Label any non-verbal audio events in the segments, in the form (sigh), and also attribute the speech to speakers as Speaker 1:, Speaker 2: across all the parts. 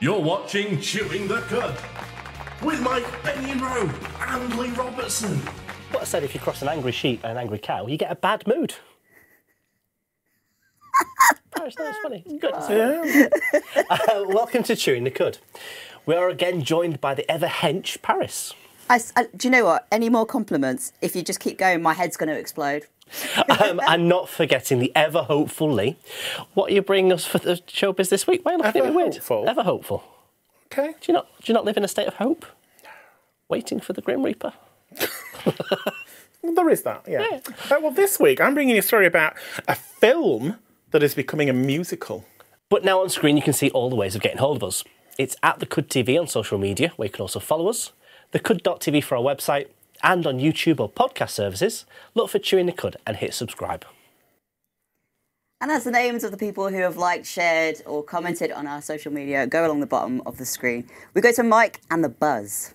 Speaker 1: You're watching Chewing the Cud with Mike Benyon and Lee Robertson.
Speaker 2: Well, I said if you cross an angry sheep and an angry cow, you get a bad mood. Oh, it's not- it's funny. It's good. It's funny. Uh, welcome to Chewing the Cud. We are again joined by the ever hench Paris.
Speaker 3: I s I do you know what? Any more compliments? If you just keep going, my head's going to explode. (laughs)
Speaker 2: Um, and not forgetting the ever hopeful Lee. What are you bringing us for the showbiz this week? Why are you looking at
Speaker 4: Ever
Speaker 2: me weird?
Speaker 4: hopeful?
Speaker 2: Ever hopeful.
Speaker 4: Okay.
Speaker 2: Do you not do you not live in a state of hope? Waiting for the Grim Reaper.
Speaker 4: Well, there is that, yeah.
Speaker 2: Yeah.
Speaker 4: Uh, well, this week I'm bringing you a story about a film that is becoming a musical.
Speaker 2: But now on screen, you can see all the ways of getting hold of us. It's at the Cud TV on social media, where you can also follow us, the Cud.tv for our website, and on YouTube or podcast services. Look for Chewing the Cud and hit subscribe.
Speaker 3: And as the names of the people who have liked, shared, or commented on our social media go along the bottom of the screen, we go to Mike and the Buzz.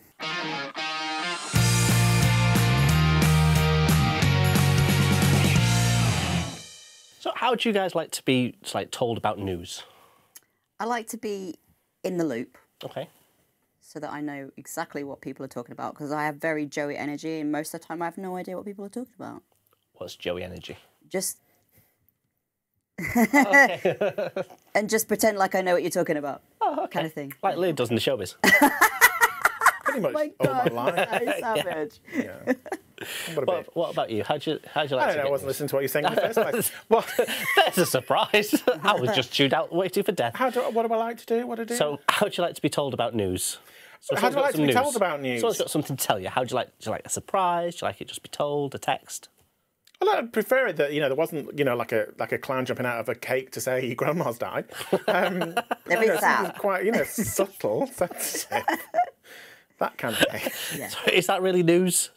Speaker 2: So, how would you guys like to be like told about news?
Speaker 3: I like to be in the loop
Speaker 2: Okay.
Speaker 3: so that I know exactly what people are talking about because I have very Joey energy, and most of the time I have no idea what people are talking about.
Speaker 2: What's Joey Energy?
Speaker 3: Just. (laughs) and just pretend like I know what you're talking about. Kind of thing.
Speaker 2: Like Lee does in the
Speaker 4: (laughs)
Speaker 2: showbiz.
Speaker 4: Pretty much
Speaker 3: Oh my
Speaker 4: all my
Speaker 3: God.
Speaker 4: life.
Speaker 3: That is savage. (laughs)
Speaker 4: What a bit.
Speaker 2: what, what about you? How'd you, how'd you like
Speaker 4: I
Speaker 2: to
Speaker 4: don't know, I
Speaker 2: get
Speaker 4: wasn't
Speaker 2: news?
Speaker 4: listening to what you were saying in the
Speaker 3: (laughs)
Speaker 4: first place. Well,
Speaker 2: (laughs) There's a surprise. I was just chewed out waiting for death.
Speaker 4: how do, I- what do I like to do? What do I do?
Speaker 2: So, how'd you like to be told about news? So someone's
Speaker 4: How do I
Speaker 2: got
Speaker 4: like to
Speaker 2: some
Speaker 4: be told about news?
Speaker 2: Someone's got something to tell you. How'd you like? Do you like a surprise? Do you like it just be told? A text?
Speaker 4: Well, I'd prefer it that you know there wasn't you know like a like a clown jumping out of a cake to say your grandma's died.
Speaker 3: (laughs)
Speaker 4: Um,
Speaker 3: There is that.
Speaker 4: quite you
Speaker 3: (laughs)
Speaker 4: know subtle, sensitive, that kind of thing.
Speaker 2: Is that really news?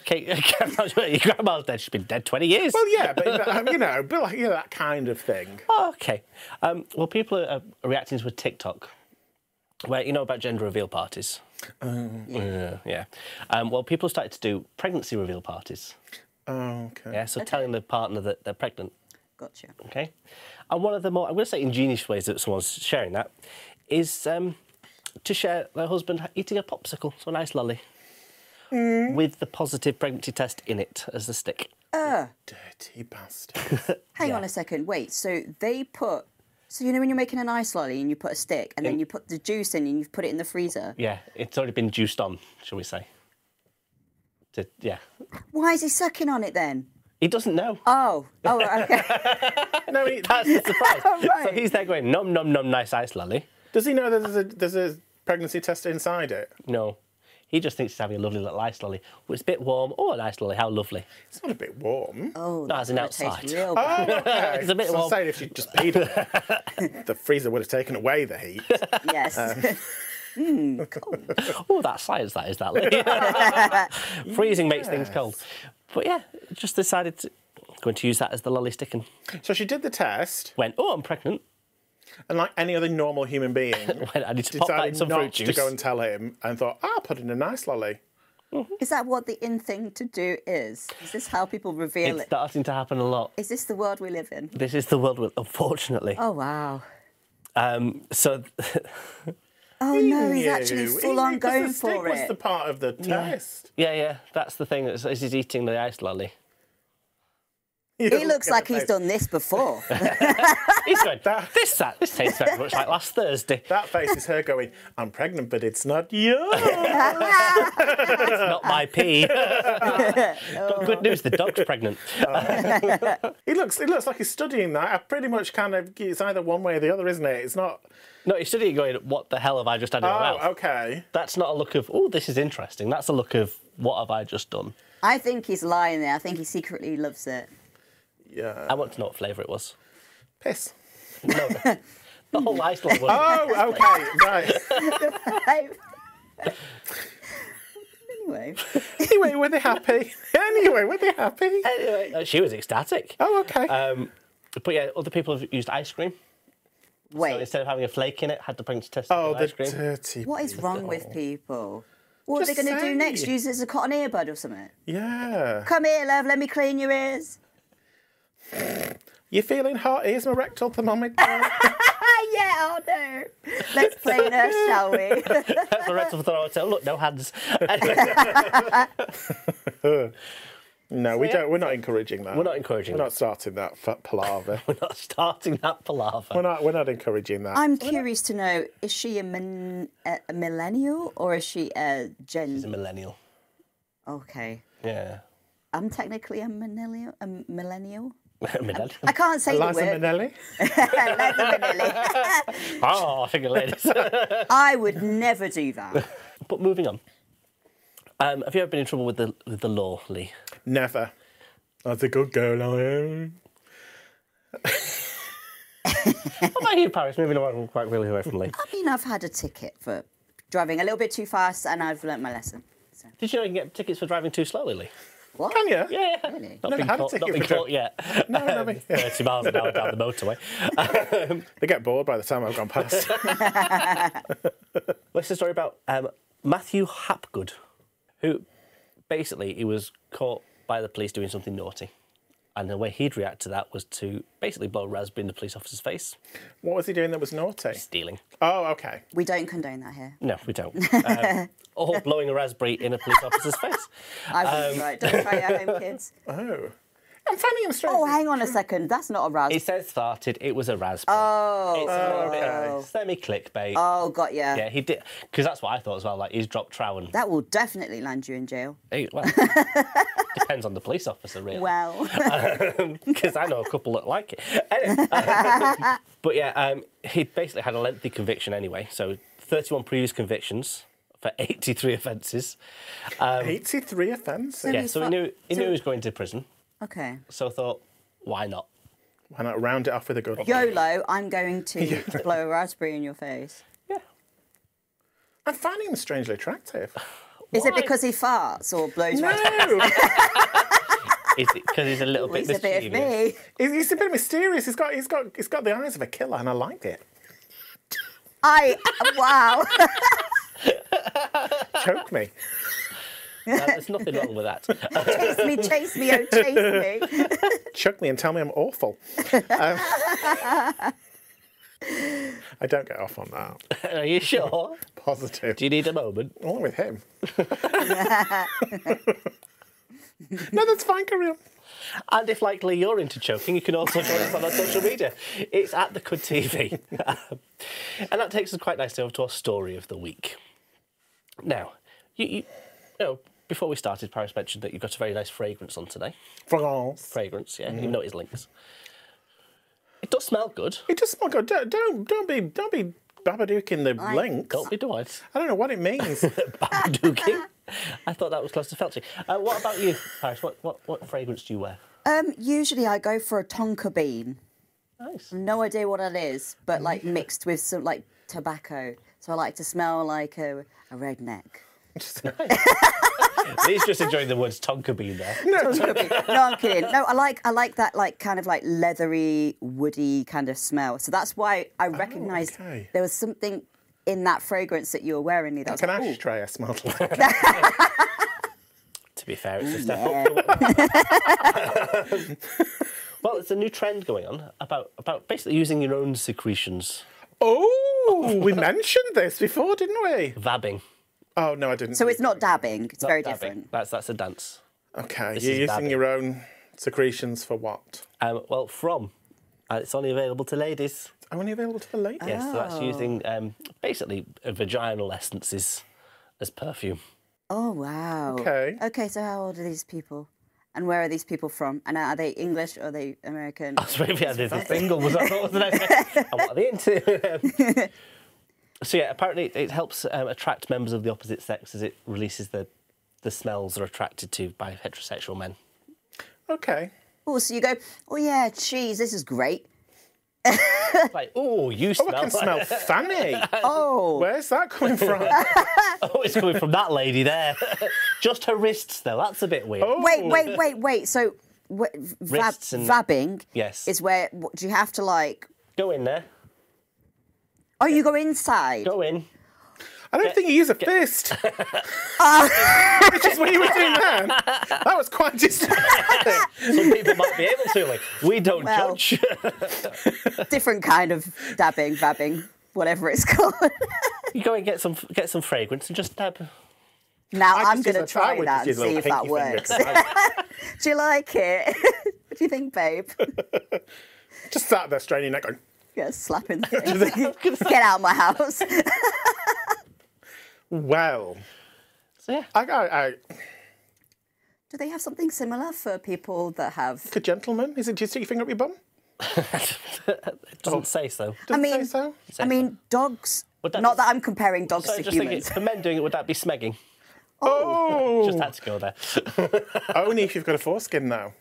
Speaker 2: Okay, (laughs) your grandma's dead. She's been dead 20 years.
Speaker 4: Well, yeah, but um, you know, but like you know that kind of thing.
Speaker 2: Oh, okay. Um, well, people are, are reacting with TikTok, where you know about gender reveal parties.
Speaker 4: Oh,
Speaker 2: yeah. yeah. Um, well, people have started to do pregnancy reveal parties.
Speaker 4: Oh, okay.
Speaker 2: Yeah, so telling the partner that they're pregnant.
Speaker 3: Gotcha.
Speaker 2: Okay. And one of the more, I'm going to say, ingenious ways that someone's sharing that is um, to share their husband eating a popsicle, so a nice lolly,
Speaker 3: Mm.
Speaker 2: with the positive pregnancy test in it as the stick.
Speaker 4: Dirty bastard.
Speaker 3: Hang on a second. Wait. So they put. So you know when you're making an ice lolly and you put a stick and then you put the juice in and you put it in the freezer.
Speaker 2: Yeah, it's already been juiced on, shall we say. To, yeah.
Speaker 3: Why is he sucking on it then?
Speaker 2: He doesn't know.
Speaker 3: (laughs) Oh. Oh.
Speaker 2: (laughs)
Speaker 3: right, Okay.
Speaker 4: no, he,
Speaker 2: That's the surprise. So
Speaker 3: (laughs) Right.
Speaker 2: he's there going, nom, nom, nom, nice ice lolly.
Speaker 4: does he know that there's a there's a pregnancy test inside it?
Speaker 2: No. He just thinks he's having a lovely little ice lolly. Well, it's a bit warm. Oh, an ice lolly, how lovely.
Speaker 4: It's not a bit warm.
Speaker 3: Oh.
Speaker 2: No, as in
Speaker 3: that tastes
Speaker 2: outside.
Speaker 3: Real
Speaker 4: Oh,
Speaker 3: bad.
Speaker 4: okay.
Speaker 3: (laughs)
Speaker 2: It's a bit
Speaker 4: so I'm
Speaker 2: warm.
Speaker 4: saying if she just peed on it, the freezer would have taken away the heat.
Speaker 2: (laughs)
Speaker 3: Yes.
Speaker 2: Uh. Oh, that's science, that is that. Lee. Freezing makes things cold. But yeah, just decided to, going to use that as the lolly stick and
Speaker 4: So she did the test,
Speaker 2: went, oh, I'm pregnant.
Speaker 4: and like any other normal
Speaker 3: (laughs)
Speaker 4: human being,
Speaker 2: Went, I need to pop that in
Speaker 4: decided
Speaker 2: some fruit
Speaker 4: not to
Speaker 2: juice.
Speaker 4: go and tell him and thought, "Ah, I'll put in a nice lolly.
Speaker 3: (laughs) is that what the in thing to do is? Is this how people reveal
Speaker 2: It's
Speaker 3: it?
Speaker 2: starting to happen a lot.
Speaker 3: Is this the world we live in?
Speaker 2: This is the world, we- unfortunately.
Speaker 3: Oh wow.
Speaker 2: Um, so (laughs)
Speaker 3: Oh no, he's
Speaker 4: You.
Speaker 3: actually
Speaker 4: He
Speaker 3: full on
Speaker 4: knew 'cause
Speaker 3: going
Speaker 4: the stick
Speaker 3: for
Speaker 4: was
Speaker 3: it.
Speaker 4: the part of the test.
Speaker 2: Yeah, yeah, that's the thing. Is, is he's eating the ice lolly?
Speaker 3: He looks like he's done this
Speaker 2: (laughs)
Speaker 3: before. (laughs)
Speaker 2: He's going. this sa- this tastes very much like last Thursday. It's
Speaker 4: That face is her going, I'm pregnant, but it's
Speaker 3: (laughs)
Speaker 4: not you.
Speaker 2: not my pee. But Good news, the dog's pregnant.
Speaker 4: he looks, he looks like he's studying that. I pretty much kind of, it's either one way or the other, isn't it? It's not,
Speaker 2: No, he's sitting here going, "What the hell have I just had in my mouth?"
Speaker 4: oh, okay.
Speaker 2: That's not a look of, "Oh, this is interesting." That's a look of, "What have I just done?"
Speaker 3: I think he's lying there. I think he secretly loves it.
Speaker 4: Yeah.
Speaker 2: I want to know what flavour it was. (laughs)
Speaker 4: Piss.
Speaker 2: No, the, the whole ice lolly. wasn't it?
Speaker 4: Oh, okay, right.
Speaker 3: (laughs)
Speaker 4: (laughs)
Speaker 3: anyway.
Speaker 4: Anyway, were they happy? Anyway, were they happy?
Speaker 2: Anyway, uh, she was ecstatic.
Speaker 4: Oh, okay.
Speaker 2: Um, but yeah, other people have used ice cream.
Speaker 3: Wait.
Speaker 2: So instead of having a flake in it, had the pregnancy test.
Speaker 4: oh,
Speaker 2: with
Speaker 4: the
Speaker 2: ice cream.
Speaker 4: dirty.
Speaker 3: What is wrong with people? What are
Speaker 4: Just
Speaker 3: they going to
Speaker 4: say.
Speaker 3: do next? Use it as a cotton earbud or something?
Speaker 4: Yeah.
Speaker 3: Come here, love. Let me clean your ears.
Speaker 4: You feeling hot? Here's my rectal thermometer.
Speaker 3: Ah, yeah. Oh no. Let's play
Speaker 4: (laughs)
Speaker 3: nurse, shall we?
Speaker 2: Loretta thought, oh, look, no hands.
Speaker 4: (laughs) No, we
Speaker 2: yeah.
Speaker 4: don't. We're not encouraging that.
Speaker 2: We're not encouraging
Speaker 4: We're
Speaker 2: that.
Speaker 4: not starting that f-
Speaker 2: (laughs)
Speaker 4: palaver.
Speaker 2: We're not starting that palaver.
Speaker 4: we're not. We're not encouraging that.
Speaker 3: I'm curious to know: is she a, min- a a millennial or is she a
Speaker 2: He's a
Speaker 3: Gen?
Speaker 2: millennial.
Speaker 3: Okay,
Speaker 4: (laughs)
Speaker 2: Yeah.
Speaker 3: I'm technically a millennial. A millennial.
Speaker 2: millennial.
Speaker 3: I can't say
Speaker 4: Liza
Speaker 3: the word.
Speaker 4: Minnelli.
Speaker 3: Liza Minnelli.
Speaker 2: Oh, I figure ladies.
Speaker 4: (laughs)
Speaker 3: I would never do that.
Speaker 2: but moving on. Um, have you ever been in trouble with the with the law, Lee?
Speaker 4: Never. That's a good girl I am.
Speaker 2: What about you, Paris? Moving on quite really away from Lee.
Speaker 3: I mean, I've had a ticket for driving a little bit too fast, and I've learnt my lesson. So,
Speaker 2: Did you know you can get tickets for driving too slowly, Lee?
Speaker 3: what?
Speaker 4: Can you?
Speaker 2: Yeah.
Speaker 3: Really?
Speaker 2: Not
Speaker 4: Never
Speaker 2: been
Speaker 4: had a
Speaker 2: caught,
Speaker 4: ticket
Speaker 2: not been
Speaker 4: for
Speaker 2: caught yet.
Speaker 4: No, never.
Speaker 2: (laughs)
Speaker 4: Yeah.
Speaker 2: 30 miles an hour down the motorway.
Speaker 4: They get bored by the time I've
Speaker 2: (laughs)
Speaker 4: gone past.
Speaker 2: What's the story about um, Matthew Hapgood, who basically he was caught by the police doing something naughty, and the way he'd react to that was to basically blow raspberry in the police officer's face,
Speaker 4: what was he doing that was naughty?
Speaker 2: stealing.
Speaker 4: Oh, okay.
Speaker 3: We don't condone that here.
Speaker 2: No, we don't. Um, or blowing a raspberry in a police officer's face.
Speaker 3: I wouldn't
Speaker 2: Um,
Speaker 3: try it. Don't try it at
Speaker 2: (laughs)
Speaker 3: home, kids.
Speaker 4: Oh. I'm finding him strange.
Speaker 3: Oh, hang on a second. That's not a
Speaker 2: It
Speaker 3: rouse.
Speaker 2: says started. It was a raspberry. Oh, it's a little bit semi clickbait.
Speaker 3: Oh, got ya.
Speaker 2: Yeah, he did because that's what I thought as well. Like he's dropped
Speaker 3: (laughs)
Speaker 2: Trowan.
Speaker 3: That will definitely land you in jail.
Speaker 2: Hey, well, depends on the police officer, really. (laughs)
Speaker 3: Well, (laughs)
Speaker 2: because I know a couple that like it. Anyway, (laughs) but yeah, um, he basically had a lengthy conviction anyway. So 31 previous convictions for 83 offences. Um,
Speaker 4: 83 offences.
Speaker 2: Yeah, so he knew he knew he was going to prison.
Speaker 3: okay.
Speaker 2: So thought, why not?
Speaker 4: Why not round it off with a good one?
Speaker 3: YOLO, I'm
Speaker 2: (laughs)
Speaker 3: going to blow a raspberry in your face.
Speaker 2: Yeah.
Speaker 4: I'm finding him strangely attractive.
Speaker 3: Is it
Speaker 2: Why?
Speaker 3: because he farts or blows
Speaker 4: No!
Speaker 3: raspberry?
Speaker 2: Is it because he's a little (laughs) bit
Speaker 3: It's a bit of
Speaker 2: mischievous?
Speaker 3: me.
Speaker 4: (laughs) he's, he's a bit mysterious. He's got, he's, got, he's got the eyes of a killer, and I liked it.
Speaker 3: I, wow. (laughs)
Speaker 4: Choke me.
Speaker 2: Uh, there's nothing wrong with that. (laughs) Uh,
Speaker 3: chase me, chase me, oh, chase
Speaker 2: (laughs)
Speaker 3: me.
Speaker 4: Choke me and tell me I'm awful. Um, (laughs) I don't get off on that.
Speaker 2: are you sure?
Speaker 4: Positive.
Speaker 2: Do you need a moment?
Speaker 4: Along with him. no, that's fine, carry on.
Speaker 2: And if likely you're into choking, you can also join us on our social media. It's at the Good TV. Um, (laughs) and that takes us quite nicely over to our story of the week. Now, you, you, you know, before we started, Paris mentioned that you've got a very nice fragrance on today.
Speaker 4: France.
Speaker 2: Fragrance, yeah, even though it is Lynx. It does smell good.
Speaker 4: It just smell good. Don't, don't don't be don't be babadooking the links.
Speaker 2: Don't be annoyed. (laughs)
Speaker 4: I don't know what it means.
Speaker 2: Babadook. I thought that was close to Felty. Uh, what about you, Paris? What, what, what fragrance do you wear?
Speaker 3: Um, usually I go for a tonka bean.
Speaker 2: Nice.
Speaker 3: No idea what that is, but like mixed with some like tobacco. So I like to smell like a, a redneck. (laughs)
Speaker 2: He's just enjoying the words tonka bean there.
Speaker 3: Tonka bean. no, I'm kidding. No, I like I like that like kind of like leathery, woody kind of smell. So that's why I recognised
Speaker 4: okay.
Speaker 3: there was something in that fragrance that you were wearing. Neither. I was
Speaker 4: An
Speaker 3: like, "Ooh,
Speaker 4: ashtray
Speaker 2: (laughs)
Speaker 4: I smelled like.
Speaker 2: To be fair, it's a step up.
Speaker 3: yeah."
Speaker 2: Well, it's a new trend going on about about basically using your own secretions,
Speaker 4: Oh,
Speaker 3: (laughs)
Speaker 4: we mentioned this before, didn't we?
Speaker 2: vabbing.
Speaker 4: Oh no, I didn't.
Speaker 3: (laughs) So it's not dabbing. It's very
Speaker 2: Dabbing.
Speaker 3: different.
Speaker 2: That's that's a dance.
Speaker 4: okay.
Speaker 2: this
Speaker 4: You're
Speaker 2: is
Speaker 4: using
Speaker 2: dabbing.
Speaker 4: your own secretions for what?
Speaker 2: Um, well, from and it's only available to ladies.
Speaker 4: Only available to the ladies.
Speaker 2: Yes, so
Speaker 3: Oh.
Speaker 2: that's using um, basically uh, vaginal essences as perfume. (laughs)
Speaker 3: Oh wow.
Speaker 4: Okay.
Speaker 3: Okay. So how old are these people? And where are these people from? And are they English or are they American?
Speaker 2: So maybe I did a single was I thought was the next. and what are they into? (laughs) so yeah, apparently it, it helps um, attract members of the opposite sex as it releases the the smells they're attracted to by heterosexual men.
Speaker 4: Okay.
Speaker 3: Oh, so you go. Oh yeah, cheese. This is great.
Speaker 2: It's like, oh, you
Speaker 4: Oh,
Speaker 2: smell.
Speaker 4: I can
Speaker 2: like-
Speaker 4: smell fanny.
Speaker 3: (laughs) Oh.
Speaker 4: Where's that
Speaker 3: (laughs)
Speaker 4: coming from?
Speaker 2: Oh, it's coming from that lady there. (laughs) Just her wrists, though. That's a bit weird.
Speaker 4: Oh.
Speaker 3: Wait, wait, wait, wait. So, wh- vab-
Speaker 2: Wrists and-
Speaker 3: vabbing
Speaker 2: Yes.
Speaker 3: is where what, do you have to like?
Speaker 2: Go in there.
Speaker 3: Oh, you go inside.
Speaker 2: Go in.
Speaker 4: I don't think he used
Speaker 3: (laughs)
Speaker 4: a fist. (laughs) Which is what you were doing then. That was quite distracting.
Speaker 2: Some people might be able to. Like, we don't
Speaker 3: Well.
Speaker 2: judge. (laughs)
Speaker 3: Different kind of dabbing, vabbing. whatever it's called. (laughs)
Speaker 2: You go and get some get some fragrance and just dab.
Speaker 3: now
Speaker 4: I
Speaker 3: (laughs) I'm going
Speaker 4: just
Speaker 3: to
Speaker 4: use a- I
Speaker 3: try
Speaker 4: would
Speaker 3: that
Speaker 4: just
Speaker 3: and
Speaker 4: use a
Speaker 3: see
Speaker 4: little
Speaker 3: if that
Speaker 4: pinky finger
Speaker 3: works.
Speaker 4: 'cause I
Speaker 3: Do you like it? (laughs) what do you
Speaker 2: (laughs)
Speaker 3: think, babe?
Speaker 4: (laughs) just sat there straining that going,
Speaker 3: Get a slap in the (laughs) face. Get out of my house. (laughs)
Speaker 4: well,
Speaker 2: So yeah,
Speaker 4: I, I, I,
Speaker 3: Do they have something similar for people that have?
Speaker 4: a gentleman? Is it, do you stick your finger up your bum?
Speaker 2: it doesn't say so.
Speaker 3: I
Speaker 4: Does it
Speaker 3: mean,
Speaker 4: say so?
Speaker 3: I mean, dogs.
Speaker 2: Would that
Speaker 3: not
Speaker 2: be-
Speaker 3: that I'm comparing dogs
Speaker 2: So I
Speaker 3: to
Speaker 2: just think
Speaker 3: humans. (laughs)
Speaker 2: it's for men doing it. Would that be smegging?
Speaker 4: Oh,
Speaker 2: Just had to go there.
Speaker 4: only if you've got a foreskin now.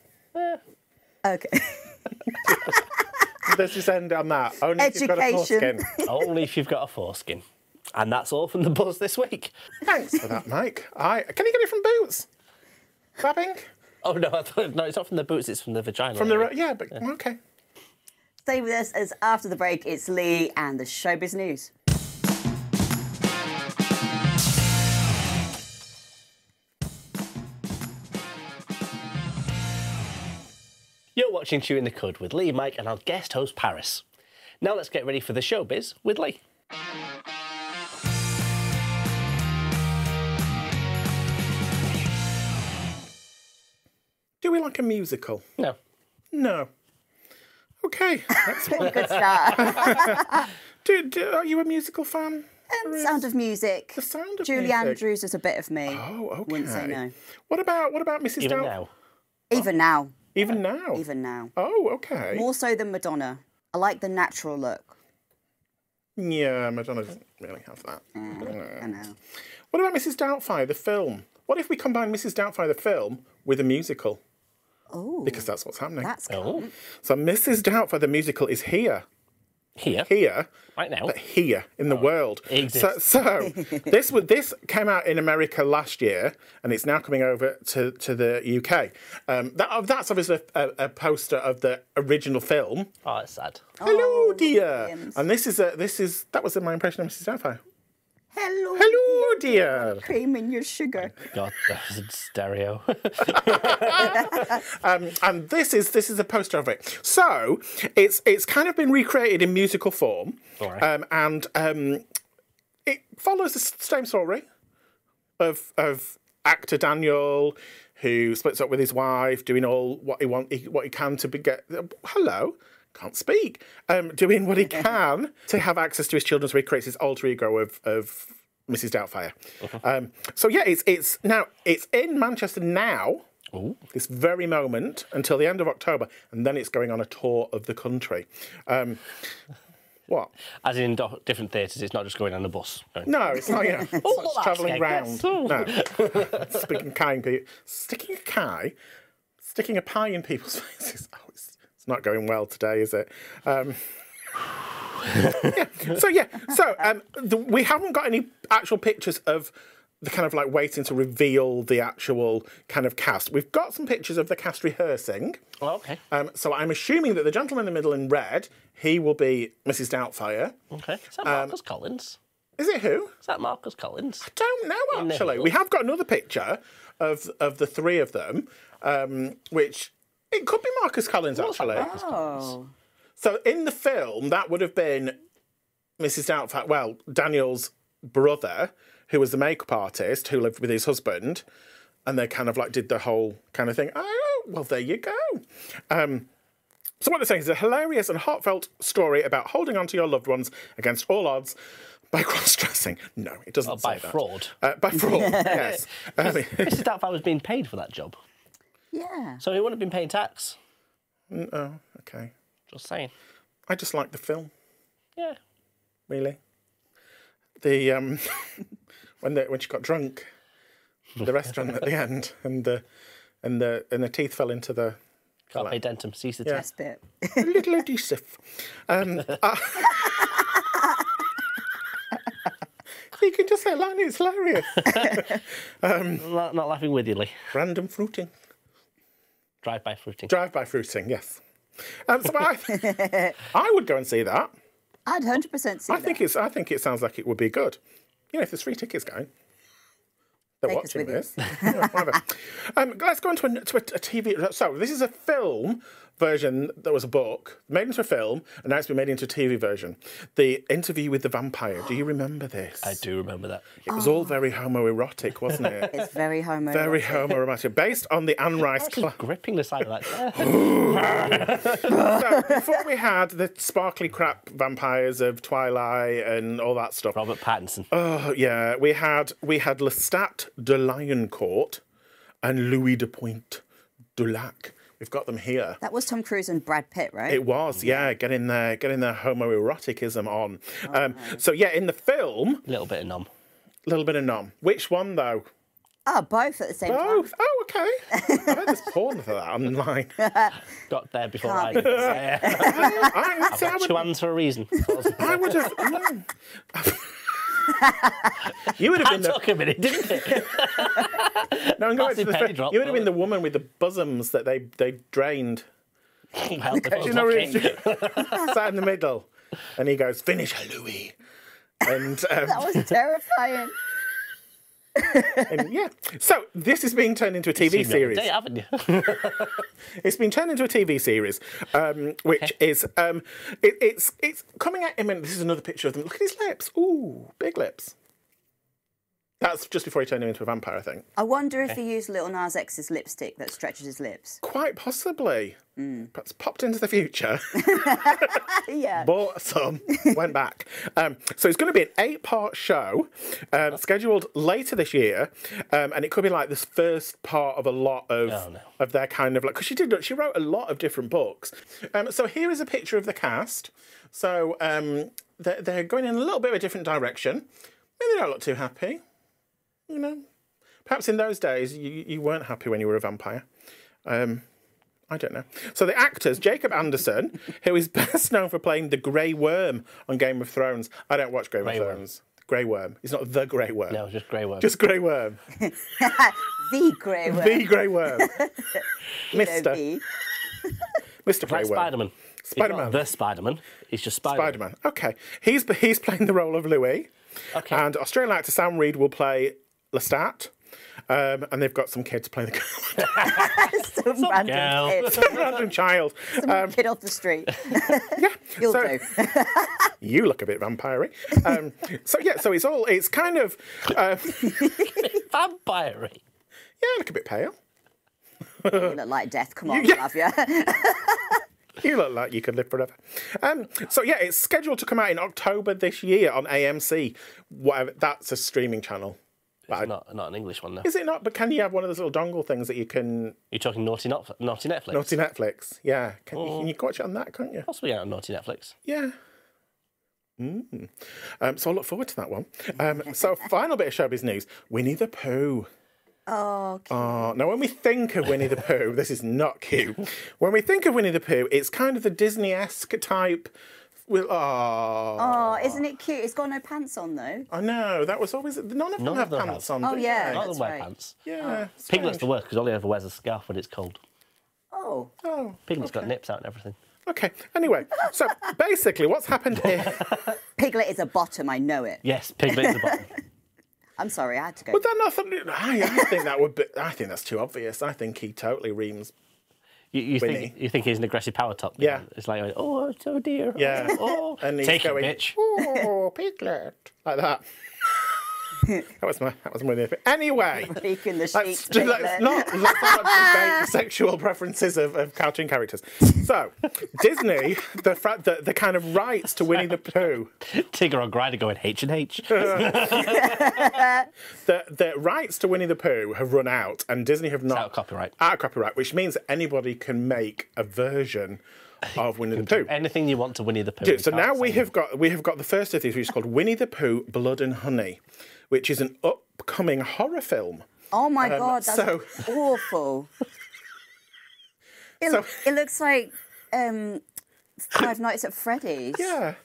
Speaker 3: Okay.
Speaker 4: Let's just end on that. Only if you've got a
Speaker 3: Education. (laughs)
Speaker 4: foreskin.
Speaker 2: Only if you've got a foreskin. And that's all from the buzz this week.
Speaker 4: Thanks for that, Mike. I can you get it from Boots? That ink?
Speaker 2: Oh no, I thought, no, it's not from the boots. It's from the vagina.
Speaker 4: From the
Speaker 2: area.
Speaker 4: ro- yeah, but okay.
Speaker 3: Stay with us as after the break, it's Lee and the showbiz news.
Speaker 2: You're watching Chewing the Cud with Lee, Mike, and our guest host Paris. Now let's get ready for the showbiz with Lee.
Speaker 4: Do we like a musical?
Speaker 2: No,
Speaker 4: No. Okay. That's one.
Speaker 3: Good
Speaker 4: (laughs)
Speaker 3: start.
Speaker 4: do, do, are you a musical fan?
Speaker 3: And Sound of Music. The
Speaker 4: Sound of
Speaker 3: Julie
Speaker 4: Music.
Speaker 3: Andrews is a bit of me.
Speaker 4: Oh, okay.
Speaker 3: Wouldn't say no.
Speaker 4: What about what about Mrs.
Speaker 2: even
Speaker 4: Dow-
Speaker 2: now.
Speaker 3: Even now.
Speaker 4: Even now.
Speaker 3: Even now.
Speaker 4: Oh, okay.
Speaker 3: More so than Madonna. I like the natural look.
Speaker 4: Yeah, Madonna doesn't really have that.
Speaker 3: I know.
Speaker 4: What about Mrs. Doubtfire, the film? What if we combine Mrs. Doubtfire, the film, with a musical?
Speaker 3: Oh,
Speaker 4: Because that's what's happening.
Speaker 3: that's
Speaker 2: Oh,
Speaker 3: cool.
Speaker 4: So Mrs. Doubtfire, the musical, is here,
Speaker 2: here,
Speaker 4: here,
Speaker 2: right now.
Speaker 4: but here in the world.
Speaker 2: it exists.
Speaker 4: So, so this was this came out in America last year, and it's now coming over to, to the UK. Um, that, oh, that's obviously a, a poster of the original film.
Speaker 2: Oh, it's sad.
Speaker 4: Hello, dear.
Speaker 3: Williams.
Speaker 4: And this is a, this is that was my impression of Mrs. Doubtfire.
Speaker 3: Hello.
Speaker 4: Hello, dear.
Speaker 3: Cream in your sugar.
Speaker 2: God, that was in stereo.
Speaker 4: um, and this is this is a poster of it. So it's it's kind of been recreated in musical form,
Speaker 2: Alright.
Speaker 4: um, and um, it follows the s- same story of of actor Daniel who splits up with his wife, doing all what he want he, what he can to be get. Hello. Can't speak. Um, doing what he can to have access to his children, so he creates his alter ego of, of Mrs. Doubtfire. Um, so yeah, it's it's now it's in Manchester now this very moment until the end of October, and then it's going on a tour of the country. Um, what?
Speaker 2: As in do- different theatres, it's not just going on a bus. Going,
Speaker 4: No, it's not. Yeah, (laughs) it's
Speaker 2: Oh,
Speaker 4: not just
Speaker 2: that's
Speaker 4: travelling
Speaker 2: good.
Speaker 4: round.
Speaker 2: That's all.
Speaker 4: No, (laughs) sticking pie in people, sticking a pie, sticking a pie in people's (laughs) faces. Oh, it's, it's not going well today, is it? Um, (laughs) yeah. So yeah, so um, the, we haven't got any actual pictures of the kind of like waiting to reveal the actual kind of cast. We've got some pictures of the cast rehearsing.
Speaker 2: Oh, okay.
Speaker 4: Um, so I'm assuming that the gentleman in the middle in red, he will be Mrs. Doubtfire.
Speaker 2: Okay. Is that Marcus Collins?
Speaker 4: Is it who?
Speaker 2: Is that Marcus Collins?
Speaker 4: Don't know actually. We have got another picture of of the three of them, um, which it could be Marcus Collins actually.
Speaker 3: Oh.
Speaker 4: So in the film, that would have been Mrs. Doubtfire. Well, Daniel's brother, who was the makeup artist, who lived with his husband, and they kind of like did the whole kind of thing. Oh, well, there you go. Um, so what they're saying is a hilarious and heartfelt story about holding on to your loved ones against all odds. By (laughs) cross-dressing? No, it doesn't
Speaker 2: Oh,
Speaker 4: say
Speaker 2: by
Speaker 4: that.
Speaker 2: fraud.
Speaker 4: Uh,
Speaker 2: (laughs)
Speaker 4: by fraud, yes. Um, (laughs)
Speaker 2: Mrs. Doubtfire was being paid for that job,
Speaker 3: Yeah.
Speaker 2: so he wouldn't have been paying tax.
Speaker 4: oh, okay.
Speaker 2: Just saying.
Speaker 4: I just like the film.
Speaker 2: Yeah.
Speaker 4: really. The um, (laughs) when the, when she got drunk, the restaurant at the end, and the and the and the teeth fell into the
Speaker 2: Can't pay dentum. Cease the test.
Speaker 3: That's bit. (laughs)
Speaker 4: little adhesive. Um, uh, (laughs) you can just say line. It's hilarious.
Speaker 2: Not, not laughing with you, Lee.
Speaker 4: Random fruiting.
Speaker 2: Drive by fruiting.
Speaker 4: Drive-by fruiting. Yes. Um, so I, (laughs) I would go and see that.
Speaker 3: I'd 100% see
Speaker 4: I think it's. I think it sounds like it would be good. You know, if there's free tickets going, they're
Speaker 3: Take us
Speaker 4: (laughs) watching
Speaker 3: with you.
Speaker 4: this. Yeah, whatever. um, let's go on to a, to a, a TV. So this is a film version that was a book, made into a film, and now it's been made into a TV version. The interview with the vampire. Do you remember this?
Speaker 2: I do remember that.
Speaker 4: It was all very homoerotic, wasn't it?
Speaker 3: Oh. (laughs) It's very homo.
Speaker 4: (laughs) very homoerotic. Based on the Anne Rice
Speaker 2: Actually,
Speaker 4: class.
Speaker 2: gripping the side of that chair.
Speaker 4: So before we had the sparkly crap vampires of Twilight and all that stuff.
Speaker 2: Robert Pattinson.
Speaker 4: Oh yeah, we had we had Lestat de Lioncourt and Louis de Pointe de Lac. We've got them here.
Speaker 3: That was Tom Cruise and Brad Pitt, right?
Speaker 4: It was, yeah, getting their getting their homoeroticism on. Um, so yeah, in the film,
Speaker 2: little bit of nom.
Speaker 4: a little bit of nom. Which one though?
Speaker 3: Ah, both at the same time.
Speaker 4: Both. Oh, okay. I bet there's porn for that online. I,
Speaker 2: Got there before I
Speaker 3: Can't
Speaker 2: did. Yeah.
Speaker 4: I, I,
Speaker 2: Two
Speaker 4: would,
Speaker 2: hands for a reason.
Speaker 4: I would have. no. you would have
Speaker 2: That (laughs)
Speaker 4: been the
Speaker 2: took a minute, didn't it?
Speaker 4: no, I'm going to the
Speaker 2: penny
Speaker 4: fir-
Speaker 2: drop,
Speaker 4: You would have been
Speaker 2: though.
Speaker 4: the woman with the bosoms that they they drained.
Speaker 2: Help if I was
Speaker 4: you know,
Speaker 2: walking.
Speaker 4: really- (laughs) sat in the middle, and he goes, "Finish her, Louis," and,
Speaker 3: (laughs) That
Speaker 4: um,
Speaker 3: was
Speaker 4: (laughs)
Speaker 3: terrifying.
Speaker 4: and yeah. So this is being turned into a TV
Speaker 2: You've been on a
Speaker 4: series.
Speaker 2: date, haven't you?
Speaker 4: It's been turned into a TV series, um, which is um, it, it's it's coming at him. And this is another picture of them. Look at his lips. Ooh, big lips. That's just before he turned him into a vampire, I think.
Speaker 3: I wonder if he used Little Nas X's lipstick that stretches his lips.
Speaker 4: Quite possibly.
Speaker 2: Hmm.
Speaker 4: Perhaps popped into
Speaker 2: (laughs)
Speaker 4: the future.
Speaker 3: Yeah.
Speaker 4: bought some, went back. Um, so it's going to be an eight-part show, um,
Speaker 2: Oh.
Speaker 4: scheduled later this year, um, and it could be like this first part of a lot of
Speaker 2: Oh, no.
Speaker 4: of their kind of like because she did she wrote a lot of different books. Um, so here is a picture of the cast. So um, they're, they're going in a little bit of a different direction. Maybe they don't look too happy, you know. Perhaps in those days you, you weren't happy when you were a vampire. Um, I don't know. So the actors, Jacob Anderson, who is best known for playing the Grey Worm on Game of Thrones. I don't watch Game
Speaker 2: Grey
Speaker 4: of
Speaker 2: Worm.
Speaker 4: Thrones. Grey Worm. He's not the Grey Worm.
Speaker 2: no, just grey worm.
Speaker 4: Just Grey Worm.
Speaker 3: The grey (laughs) worm.
Speaker 4: The Grey Worm.
Speaker 3: you
Speaker 4: Mister.
Speaker 3: know, the-
Speaker 4: Mr. Grey
Speaker 2: like
Speaker 4: Worm.
Speaker 2: Spider Man.
Speaker 4: Spider-Man.
Speaker 2: The Spider Man. He's just Spider Man.
Speaker 4: Spider Man. Okay. He's he's playing the role of Louis.
Speaker 2: Okay.
Speaker 4: And Australian actor Sam Reed will play Lestat. Um, and they've got some kids playing the (laughs)
Speaker 3: Some
Speaker 2: girl.
Speaker 3: random kid.
Speaker 4: random child. Um,
Speaker 3: Kid off the
Speaker 4: (laughs)
Speaker 3: street. (laughs) You'll
Speaker 4: so-
Speaker 3: do.
Speaker 4: (laughs) you look a bit vampire Um, so yeah, so it's all it's kind of (laughs) uh,
Speaker 2: Vampire.
Speaker 4: yeah, I look a bit pale.
Speaker 3: You look like death. Come on,
Speaker 4: Yeah.
Speaker 3: love ya.
Speaker 4: (laughs) You look like you could live forever. Um, so yeah, it's scheduled to come out in October this year on AMC. Whatever, that's a streaming channel.
Speaker 2: It's not, not an English one, though.
Speaker 4: Is it not? But can you have one of those little dongle things that you can
Speaker 2: You're talking naughty, not, naughty Netflix?
Speaker 4: naughty Netflix? Yeah, can, you can you watch it on that? Can't you?
Speaker 2: Possibly out on naughty Netflix.
Speaker 4: Yeah. Mm. Um, so I look forward to that one.
Speaker 3: (laughs)
Speaker 4: Um, so final bit of showbiz news: Winnie the Pooh.
Speaker 3: Oh,
Speaker 4: Oh, now when we think of Winnie the Pooh, this is not cute. When we think of Winnie the Pooh, it's kind of the Disney-esque type. Well, oh,
Speaker 3: oh, isn't it cute? It's got no pants on though.
Speaker 4: I know that was always none of them
Speaker 2: None
Speaker 4: have
Speaker 2: of them
Speaker 4: pants
Speaker 2: have.
Speaker 4: on.
Speaker 3: Oh,
Speaker 4: do
Speaker 3: yeah. Oh,
Speaker 4: they?
Speaker 2: Not
Speaker 3: That's
Speaker 2: the wear
Speaker 3: right.
Speaker 2: pants.
Speaker 4: yeah. it's
Speaker 2: Piglet's
Speaker 4: strange.
Speaker 2: the worst because all he ever wears is a scarf when it's cold.
Speaker 3: Oh,
Speaker 4: Oh,
Speaker 2: Piglet's got nips out and everything.
Speaker 4: okay. Anyway, so basically, what's happened
Speaker 2: (laughs)
Speaker 4: here?
Speaker 3: Piglet is a bottom. I know it.
Speaker 2: Yes, Piglet's the
Speaker 4: (laughs)
Speaker 2: bottom.
Speaker 3: I'm sorry, I had to go.
Speaker 4: But then nothing. I, I think that would be. I think that's too obvious. I think he totally reams.
Speaker 2: You, you
Speaker 4: Winnie.
Speaker 2: think you think he's an aggressive power top? you
Speaker 4: Yeah.
Speaker 2: know? It's like oh, it's so dear. oh,
Speaker 4: Yeah.
Speaker 3: (laughs)
Speaker 2: Oh,
Speaker 4: And he's
Speaker 2: take
Speaker 4: going,
Speaker 2: it, bitch.
Speaker 4: Oh, Piglet,
Speaker 3: (laughs)
Speaker 4: like that. that was my. That was my.
Speaker 3: (laughs)
Speaker 4: Anyway.
Speaker 3: Speaking the sheep.
Speaker 4: Let's, let's
Speaker 3: Piglet.
Speaker 4: not, let's not
Speaker 3: (laughs)
Speaker 4: debate the sexual preferences of, of cartoon characters. So, Disney, the, fra- the the kind of rights to Winnie the Pooh,
Speaker 2: Tigger or Grider going H and
Speaker 4: (laughs)
Speaker 2: H.
Speaker 4: the, the rights to Winnie the Pooh have run out, and Disney have not
Speaker 2: out of copyright.
Speaker 4: Out of copyright, which means that anybody can make a version of Winnie the Pooh.
Speaker 2: Anything you want to Winnie the Pooh. you
Speaker 4: So
Speaker 2: can't
Speaker 4: now we
Speaker 2: say.
Speaker 4: have got we have got the first of these, which is called Winnie the Pooh: Blood and Honey, which is an upcoming horror film.
Speaker 3: Oh my god, that's
Speaker 4: um, so- (laughs)
Speaker 3: awful. It,
Speaker 4: So-
Speaker 3: it looks like um, Five Nights at Freddy's.
Speaker 4: Yeah.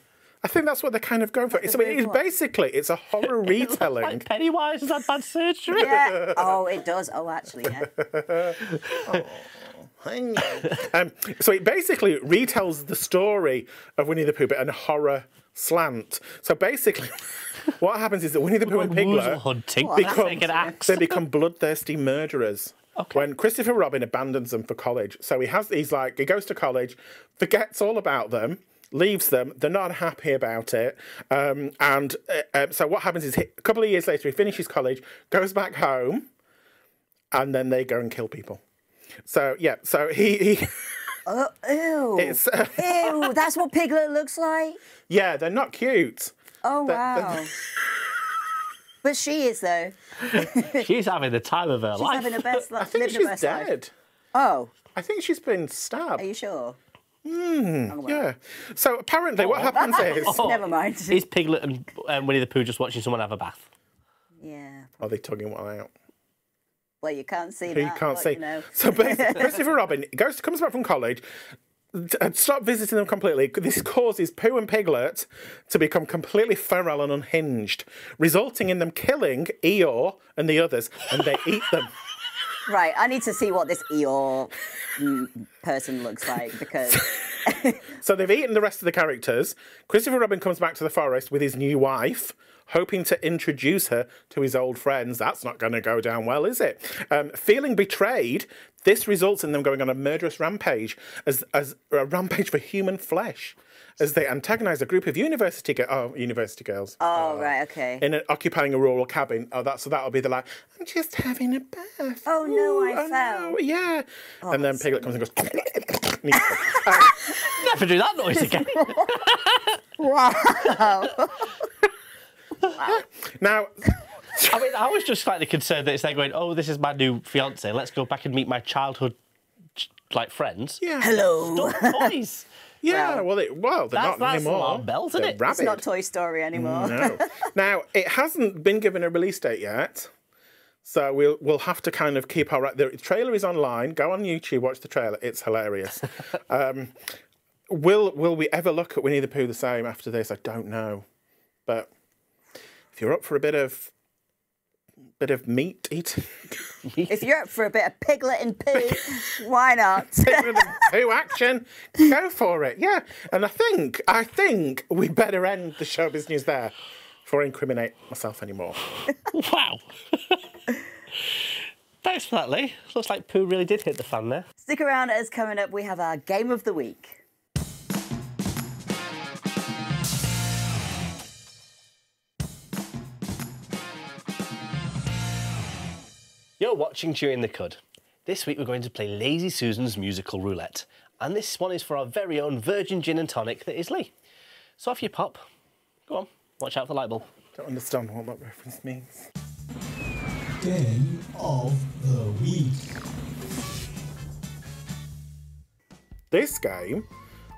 Speaker 4: I think that's what they're kind of going for. It's, I mean,
Speaker 3: big
Speaker 4: it's
Speaker 3: one.
Speaker 4: basically it's a horror retelling.
Speaker 2: Like Pennywise has had bad surgery.
Speaker 3: (laughs)
Speaker 4: (laughs)
Speaker 3: Yeah. Oh, it does. Oh, actually, yeah.
Speaker 4: (laughs) um, so it basically retells the story of Winnie the Pooh, but in a horror slant. So basically, (laughs) what happens is that Winnie the Pooh and
Speaker 2: Woozle
Speaker 4: Piglet
Speaker 2: hunting.
Speaker 4: become
Speaker 2: Take an axe.
Speaker 4: they become bloodthirsty murderers.
Speaker 2: Okay.
Speaker 4: When Christopher Robin abandons them for college, so he has he's like he goes to college, forgets all about them, leaves them. They're not happy about it, um, and uh, uh, so what happens is he, a couple of years later he finishes college, goes back home, and then they go and kill people. So yeah, so he, (laughs) he
Speaker 3: Oh, ew.
Speaker 4: it's, uh, (laughs)
Speaker 3: Ew, that's what Piglet looks like.
Speaker 4: yeah they're not cute.
Speaker 3: Oh
Speaker 4: That- that- (laughs)
Speaker 3: wow. but she is though.
Speaker 2: She's having the time of her
Speaker 3: She's
Speaker 2: life.
Speaker 3: having a best life.
Speaker 4: I think
Speaker 3: living her best
Speaker 4: she's dead.
Speaker 3: Life. Oh,
Speaker 4: I think she's been stabbed.
Speaker 3: are you sure?
Speaker 4: Yeah. So
Speaker 3: Oh,
Speaker 4: apparently, what happens
Speaker 3: (laughs)
Speaker 4: is,
Speaker 3: Never mind.
Speaker 2: Is Piglet and um, Winnie the Pooh just watching someone have a bath?
Speaker 3: Yeah.
Speaker 4: are they tugging one out?
Speaker 3: Well, you can't see
Speaker 4: Who you
Speaker 3: that,
Speaker 4: can't
Speaker 3: but,
Speaker 4: see.
Speaker 3: You know. (laughs)
Speaker 4: So basically, Christopher Robin goes comes back from college. t- and Stop visiting them completely. This causes Pooh and Piglet to become completely feral and unhinged, resulting in them killing Eeyore and the others, and they eat them.
Speaker 3: Right, I need to see what this Eeyore mm, person looks like
Speaker 4: (laughs)
Speaker 3: because
Speaker 4: So they've eaten the rest of the characters. Christopher Robin comes back to the forest with his new wife, hoping to introduce her to his old friends. That's not going to go down well, is it? Um, feeling betrayed, this results in them going on a murderous rampage, as, as a rampage for human flesh, as they antagonise a group of university gi- oh, university girls
Speaker 3: Oh right, okay. (laughs)
Speaker 4: in an, occupying a rural cabin. Oh, that so that'll be the like. I'm just having a bath.
Speaker 3: Oh, no,
Speaker 4: Ooh,
Speaker 3: I
Speaker 4: oh,
Speaker 3: fell." Oh,
Speaker 4: no, yeah, and then Piglet comes and goes. and eats them.
Speaker 2: Never do that noise again.
Speaker 4: (laughs) now,
Speaker 2: I mean, I was just slightly concerned that it's there going, oh, this is my new fiance. Let's go back and meet my childhood ch- like friends.
Speaker 4: yeah.
Speaker 3: Hello.
Speaker 2: Not toys.
Speaker 4: Yeah, well, it, well they're
Speaker 2: That's-
Speaker 4: not
Speaker 2: that's
Speaker 4: anymore.
Speaker 2: alarm bells, isn't
Speaker 4: They're
Speaker 2: it? It's
Speaker 3: It's not (laughs)
Speaker 4: rabid.
Speaker 3: Toy Story anymore.
Speaker 4: no. now it hasn't been given a release date yet, so we'll we'll have to kind of keep our. The trailer is online. Go on YouTube, watch the trailer. It's hilarious. um, will Will we ever look at Winnie the Pooh the same after this? I don't know, but if you're up for a bit of bit of meat eating, (laughs)
Speaker 3: If you're up for a bit of Piglet and Pooh, why not?
Speaker 4: bit of Pooh action, go for it. Yeah, and I think I think we better end the showbiz news there. Before I incriminate myself anymore.
Speaker 2: Wow. Thanks for that, Lee. Looks like Pooh really did hit the fan there.
Speaker 3: Stick around as coming up we have our game of the week.
Speaker 2: You're watching Chewing the Cud. This week we're going to play Lazy Susan's musical roulette, and this one is for our very own virgin gin and tonic that is Lee. So off you pop. Go on, watch out for the light bulb.
Speaker 4: Don't understand what that reference means.
Speaker 5: Game of the Week.
Speaker 4: This game,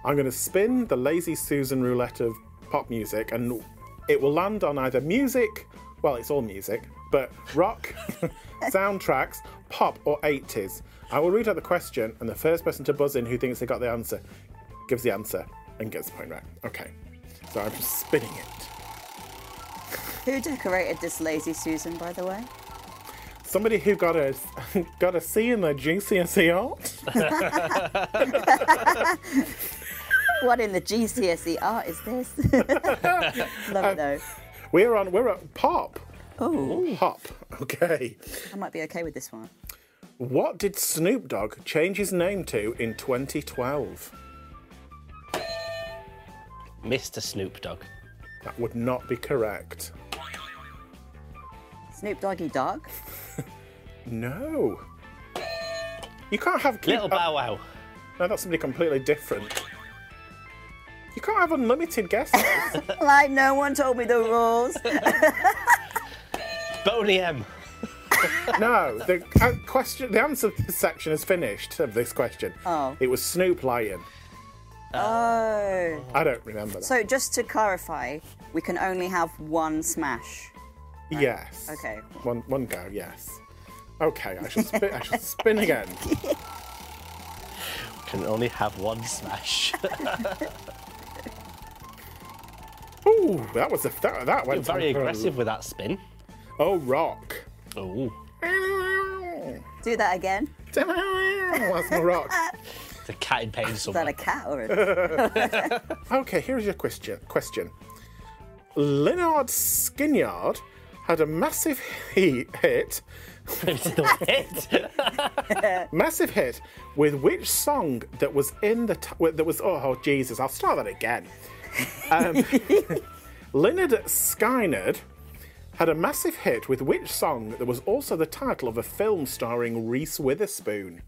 Speaker 4: I'm going to spin the lazy Susan roulette of pop music, and it will land on either music, well, it's all music, but rock, soundtracks, pop, or 80s. I will read out the question, and the first person to buzz in who thinks they got the answer gives the answer and gets the point right. Okay, so I'm just spinning it.
Speaker 3: Who decorated this lazy Susan, by the way?
Speaker 4: Somebody who got a (laughs) got a C in their GCSE art.
Speaker 3: What in the GCSE art E is this? (laughs) Love it though.
Speaker 4: We're on. We're at pop. Oh, pop. Okay.
Speaker 3: I might be okay with this one.
Speaker 4: What did Snoop Dogg change his name to in 2012?
Speaker 2: Mr. Snoop Dogg.
Speaker 4: That would not be correct.
Speaker 3: Snoop Doggy Dog?
Speaker 4: No. You can't have
Speaker 2: Little
Speaker 4: uh,
Speaker 2: Bow Wow.
Speaker 4: No, that's somebody completely different. You can't have
Speaker 2: (laughs)
Speaker 4: unlimited guesses.
Speaker 3: Like no one told me the
Speaker 4: (laughs)
Speaker 3: rules.
Speaker 2: Boney M.
Speaker 4: no, the uh, question, the answer to this section is finished. Of this question,
Speaker 3: Oh.
Speaker 4: it was Snoop Lion.
Speaker 3: Oh.
Speaker 4: I don't remember that.
Speaker 3: So just to clarify, we can only have one smash.
Speaker 4: yes.
Speaker 3: Okay.
Speaker 4: One, one go. Yes. Okay,
Speaker 2: (laughs)
Speaker 4: I shall spin. I shall spin again.
Speaker 2: Can only have one
Speaker 4: (laughs)
Speaker 2: smash.
Speaker 4: Ooh, that was a that, that
Speaker 2: You're
Speaker 4: went
Speaker 2: very
Speaker 4: on for a-
Speaker 2: aggressive with that spin.
Speaker 4: Oh, rock.
Speaker 2: Oh,
Speaker 4: That's
Speaker 3: Do that again.
Speaker 4: my rock.
Speaker 2: the cat in pain
Speaker 3: Is that
Speaker 2: somewhere.
Speaker 3: a cat or
Speaker 4: (laughs)
Speaker 3: a...
Speaker 4: Okay, here's your question. Question. Leonard Skinyard had a massive he- hit, (laughs)
Speaker 2: it.
Speaker 4: massive hit with which song that was in the t- that was oh, oh Jesus, I'll start that again. Um, Leonard Skynyrd had a massive hit with which song that was also the title of a film starring Reese Witherspoon.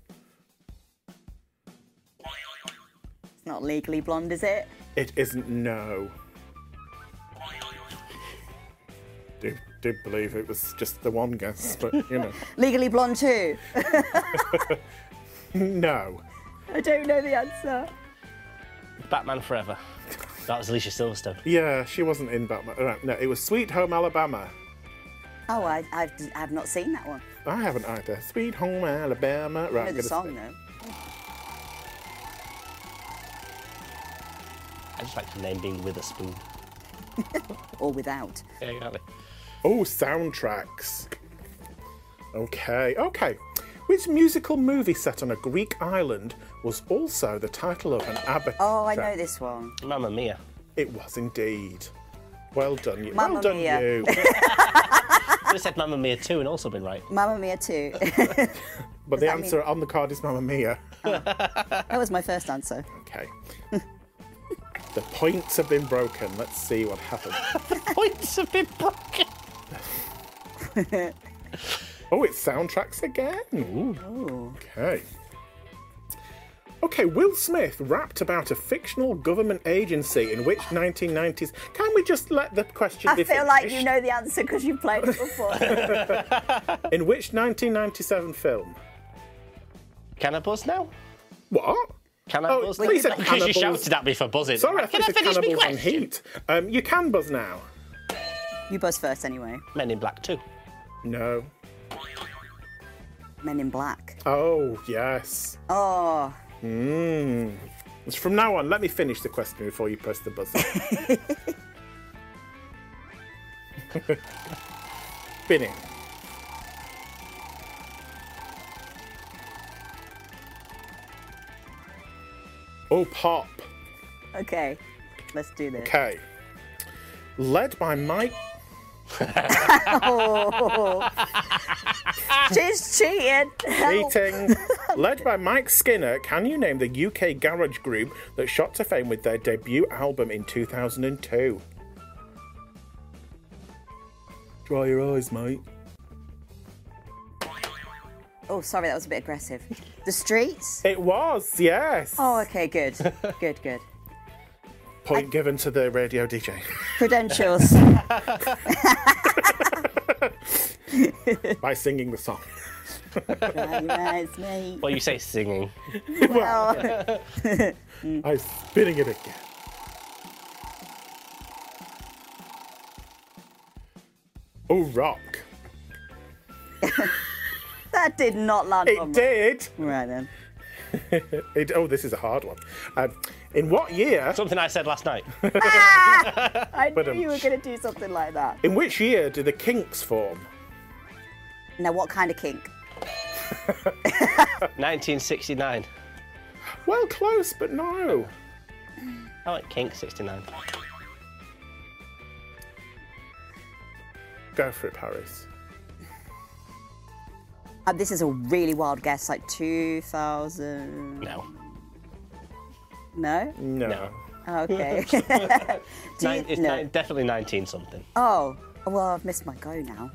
Speaker 3: It's not legally blonde, is it?
Speaker 4: It isn't no. Do do believe it was just the one guess, but you
Speaker 3: (laughs)
Speaker 4: know,
Speaker 3: Legally blonde too.
Speaker 4: no.
Speaker 3: I don't know the answer.
Speaker 2: (laughs) Batman Forever. That was Alicia Silverstone.
Speaker 4: Yeah, she wasn't in Batman. Right, no, it was Sweet Home Alabama.
Speaker 3: Oh, I, I've, I've not seen that one.
Speaker 4: I haven't either. Sweet Home Alabama. Right,
Speaker 3: I know
Speaker 4: I'm
Speaker 3: the
Speaker 4: gonna
Speaker 3: song
Speaker 4: say-
Speaker 3: though.
Speaker 2: I just like the name being Witherspoon.
Speaker 3: Or without.
Speaker 2: Yeah, exactly.
Speaker 4: Oh, soundtracks. Okay, okay. Which musical movie set on a Greek island was also the title of an ABBA?
Speaker 3: Oh, I
Speaker 4: track?
Speaker 3: know this one.
Speaker 2: Mamma Mia.
Speaker 4: It was indeed. Well done, you.
Speaker 3: Mamma
Speaker 4: well done,
Speaker 3: Mia. (laughs)
Speaker 4: you.
Speaker 2: Could have said Mamma Mia too and also been right.
Speaker 3: Mamma Mia too.
Speaker 4: But the
Speaker 3: that mean-
Speaker 4: answer on the card is Mamma Mia.
Speaker 3: (laughs) that was my first answer.
Speaker 4: Okay. the points have been broken. Let's see what happens.
Speaker 2: Points have been broken.
Speaker 4: Oh, it's soundtracks again. Ooh. Okay. Okay, Will Smith rapped about a fictional government agency in which 1990s. Can we just let the question
Speaker 3: I
Speaker 4: be
Speaker 3: feel like you
Speaker 4: finished?
Speaker 3: know the answer because you played it before.
Speaker 4: (laughs) In which 1997 film?
Speaker 2: Can I buzz now?
Speaker 4: What?
Speaker 2: Can I
Speaker 4: Oh,
Speaker 2: buzz
Speaker 4: well,
Speaker 2: now?
Speaker 4: you said
Speaker 2: because you
Speaker 4: cannibals.
Speaker 2: shouted at me for buzzing.
Speaker 4: Sorry, I
Speaker 2: Can
Speaker 4: think
Speaker 2: I
Speaker 4: it's
Speaker 2: finish my
Speaker 4: Cannibals on
Speaker 2: question?
Speaker 4: Heat. Um, you can buzz now.
Speaker 3: you buzz first anyway.
Speaker 2: Men in Black too.
Speaker 4: No.
Speaker 3: Men in Black.
Speaker 4: Oh, yes.
Speaker 3: Oh,
Speaker 4: From now on, let me finish the question before you press the buzzer. Spinning. Oh, pop.
Speaker 3: okay. Let's do this.
Speaker 4: Okay. Led by Mike.
Speaker 3: She's cheating. Help.
Speaker 4: Beating. Led by Mike Skinner, can you name the UK garage group that shot to fame with their debut album in 2002? Dry your eyes, mate.
Speaker 3: Oh, sorry, that was a bit aggressive. The Streets?
Speaker 4: It was, yes.
Speaker 3: Oh, okay, good.
Speaker 4: (laughs)
Speaker 3: Good, good.
Speaker 4: Point given to the radio DJ.
Speaker 3: (laughs) Credentials.
Speaker 4: by singing the song.
Speaker 3: Recognize me.
Speaker 2: Well, you say singing.
Speaker 3: Well,
Speaker 4: I'm spinning it again. Oh, rock.
Speaker 3: that did not land
Speaker 4: It
Speaker 3: on me.
Speaker 4: did.
Speaker 3: Right then.
Speaker 4: It, oh, this is a hard one. Um, in what year?
Speaker 2: Something I said last
Speaker 4: (laughs)
Speaker 2: night.
Speaker 3: I knew
Speaker 4: um,
Speaker 3: you were going to do something like that.
Speaker 4: In which year did the Kinks form?
Speaker 3: Now, what kind of kink?
Speaker 2: 1969.
Speaker 4: Well, close, but no.
Speaker 2: I like Kink 69.
Speaker 4: Go for it, Paris.
Speaker 3: Uh, this is a really wild guess, like 2000.
Speaker 2: No.
Speaker 3: No?
Speaker 4: No.
Speaker 2: No.
Speaker 3: Oh, okay.
Speaker 4: (laughs)
Speaker 3: (laughs) Do
Speaker 2: Nine,
Speaker 3: you-
Speaker 2: it's
Speaker 3: no.
Speaker 2: nine, definitely 19 something.
Speaker 3: Oh, well, I've missed my go now.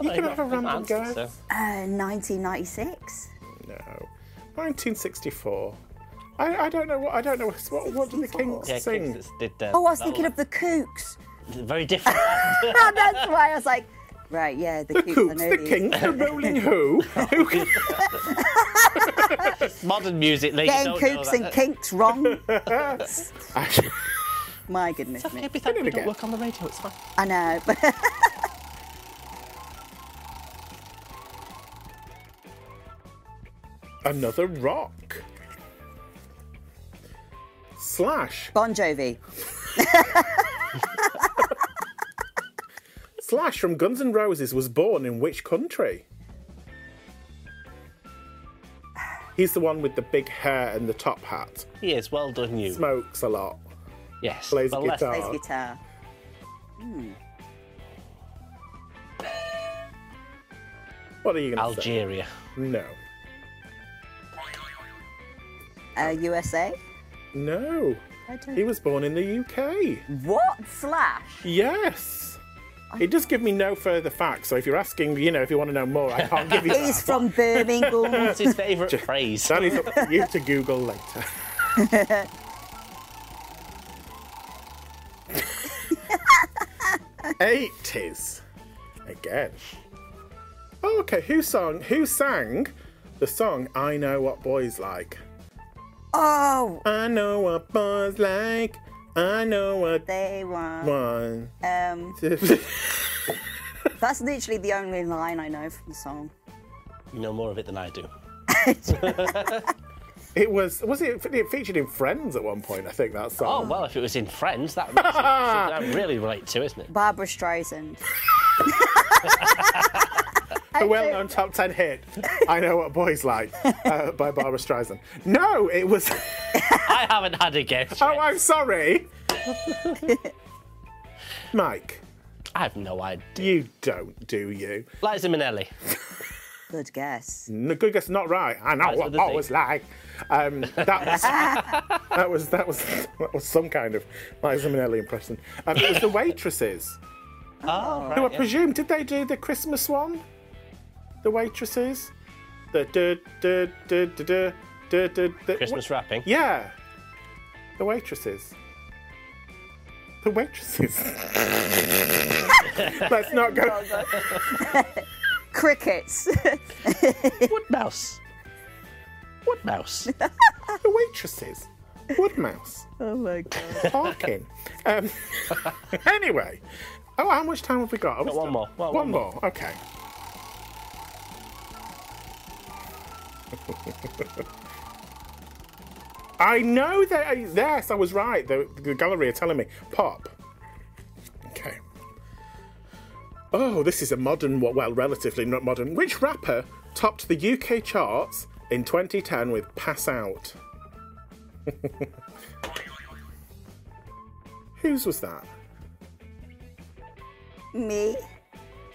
Speaker 4: You can have a random
Speaker 2: Answer,
Speaker 4: guess.
Speaker 2: so.
Speaker 3: Uh, 1996?
Speaker 4: No. 1964. I, I don't know what I don't know what what, what did the
Speaker 3: 64.
Speaker 4: Kinks
Speaker 2: Yeah,
Speaker 4: sing?
Speaker 2: Kinks did, uh,
Speaker 3: Oh, I was
Speaker 2: that
Speaker 3: thinking of the Kooks. (laughs)
Speaker 2: Very different.
Speaker 3: Oh, that's why I was like, right, yeah, the,
Speaker 4: The
Speaker 3: Kooks. I
Speaker 4: Kooks,
Speaker 3: know
Speaker 4: the
Speaker 3: these.
Speaker 4: Kinks, the Rolling Who. Who can
Speaker 2: Modern music. They
Speaker 3: Getting
Speaker 2: don't know
Speaker 3: Kooks
Speaker 2: that.
Speaker 3: and Kinks wrong.
Speaker 4: (laughs) Actually,
Speaker 3: (laughs) My goodness
Speaker 2: It's
Speaker 3: me.
Speaker 2: okay, be thankful
Speaker 4: Did
Speaker 2: we don't
Speaker 4: it again.
Speaker 2: work on the radio. It's fine.
Speaker 3: I know. (laughs)
Speaker 4: another rock. Slash
Speaker 3: bon Jovi.
Speaker 4: Slash from Guns N' Roses was born in which country? He's the one with the big hair and the top hat.
Speaker 2: He is. Well done, you.
Speaker 4: Smokes a lot.
Speaker 2: yes.
Speaker 4: plays
Speaker 2: well, less-
Speaker 4: guitar.
Speaker 3: Plays guitar.
Speaker 4: What are you going to say?
Speaker 2: Algeria.
Speaker 4: No.
Speaker 3: Uh, USA?
Speaker 4: No.
Speaker 3: I don't-
Speaker 4: He was born in the UK.
Speaker 3: What? Slash?
Speaker 4: Yes. It does give me no further facts. So if you're asking, you know, if you want to know more, I can't give you that.
Speaker 3: He's from Birmingham. (laughs)
Speaker 2: What's his favourite phrase?
Speaker 4: (laughs) That is up to you to Google later. Eighties, again. Oh, okay, who song? Who sang the song "I Know What Boys Like"?
Speaker 3: oh,
Speaker 4: I know what boys like. I know what
Speaker 3: they were.
Speaker 4: one. (laughs)
Speaker 3: Um,
Speaker 4: two-
Speaker 3: that's literally the only line I know from the song.
Speaker 2: You know more of it than I do.
Speaker 4: it was was it, it featured in Friends at one point? I think that
Speaker 2: Oh
Speaker 4: song.
Speaker 2: well, if it was in Friends,
Speaker 4: (laughs)
Speaker 2: that makes it- that really relates to, isn't it?
Speaker 3: Barbara Streisand.
Speaker 4: A well-known top ten hit. I know what boys like uh, by Barbara Streisand. No, it was. (laughs)
Speaker 2: I haven't had a guess.
Speaker 4: Oh,
Speaker 2: yet.
Speaker 4: I'm sorry. Mike,
Speaker 2: I have no idea.
Speaker 4: you don't, do you?
Speaker 2: Liza Minnelli.
Speaker 3: Good guess.
Speaker 4: No, good guess, not right. I know
Speaker 2: That's
Speaker 4: what
Speaker 2: other
Speaker 4: I was
Speaker 2: thing.
Speaker 4: like. Um, that was (laughs) that was that was that was some kind of Liza Minnelli impression. Um, it was the waitresses
Speaker 2: Oh,
Speaker 4: who I
Speaker 2: right, yeah.
Speaker 4: presume did they do the Christmas one? The waitresses, the duh, duh, duh, duh, duh, duh, duh, duh.
Speaker 2: Christmas wrapping.
Speaker 4: Yeah. The waitresses. The waitresses. (laughs) Let's not go.
Speaker 3: Crickets. (laughs)
Speaker 2: Woodmouse.
Speaker 3: (laughs)
Speaker 2: Woodmouse.
Speaker 4: The waitresses. Woodmouse.
Speaker 3: oh my god.
Speaker 4: Parking. Um, (laughs) anyway. Oh, how much time have we got? Have we
Speaker 2: Got one
Speaker 4: still-
Speaker 2: more. Well,
Speaker 4: One,
Speaker 2: one
Speaker 4: more. Okay. (laughs) I know that. Yes, I was right. The, the gallery are telling me. Pop. Okay. Oh, this is a modern, well, relatively not modern. Which rapper topped the UK charts in 2010 with Pass Out? Whose was that?
Speaker 3: Me?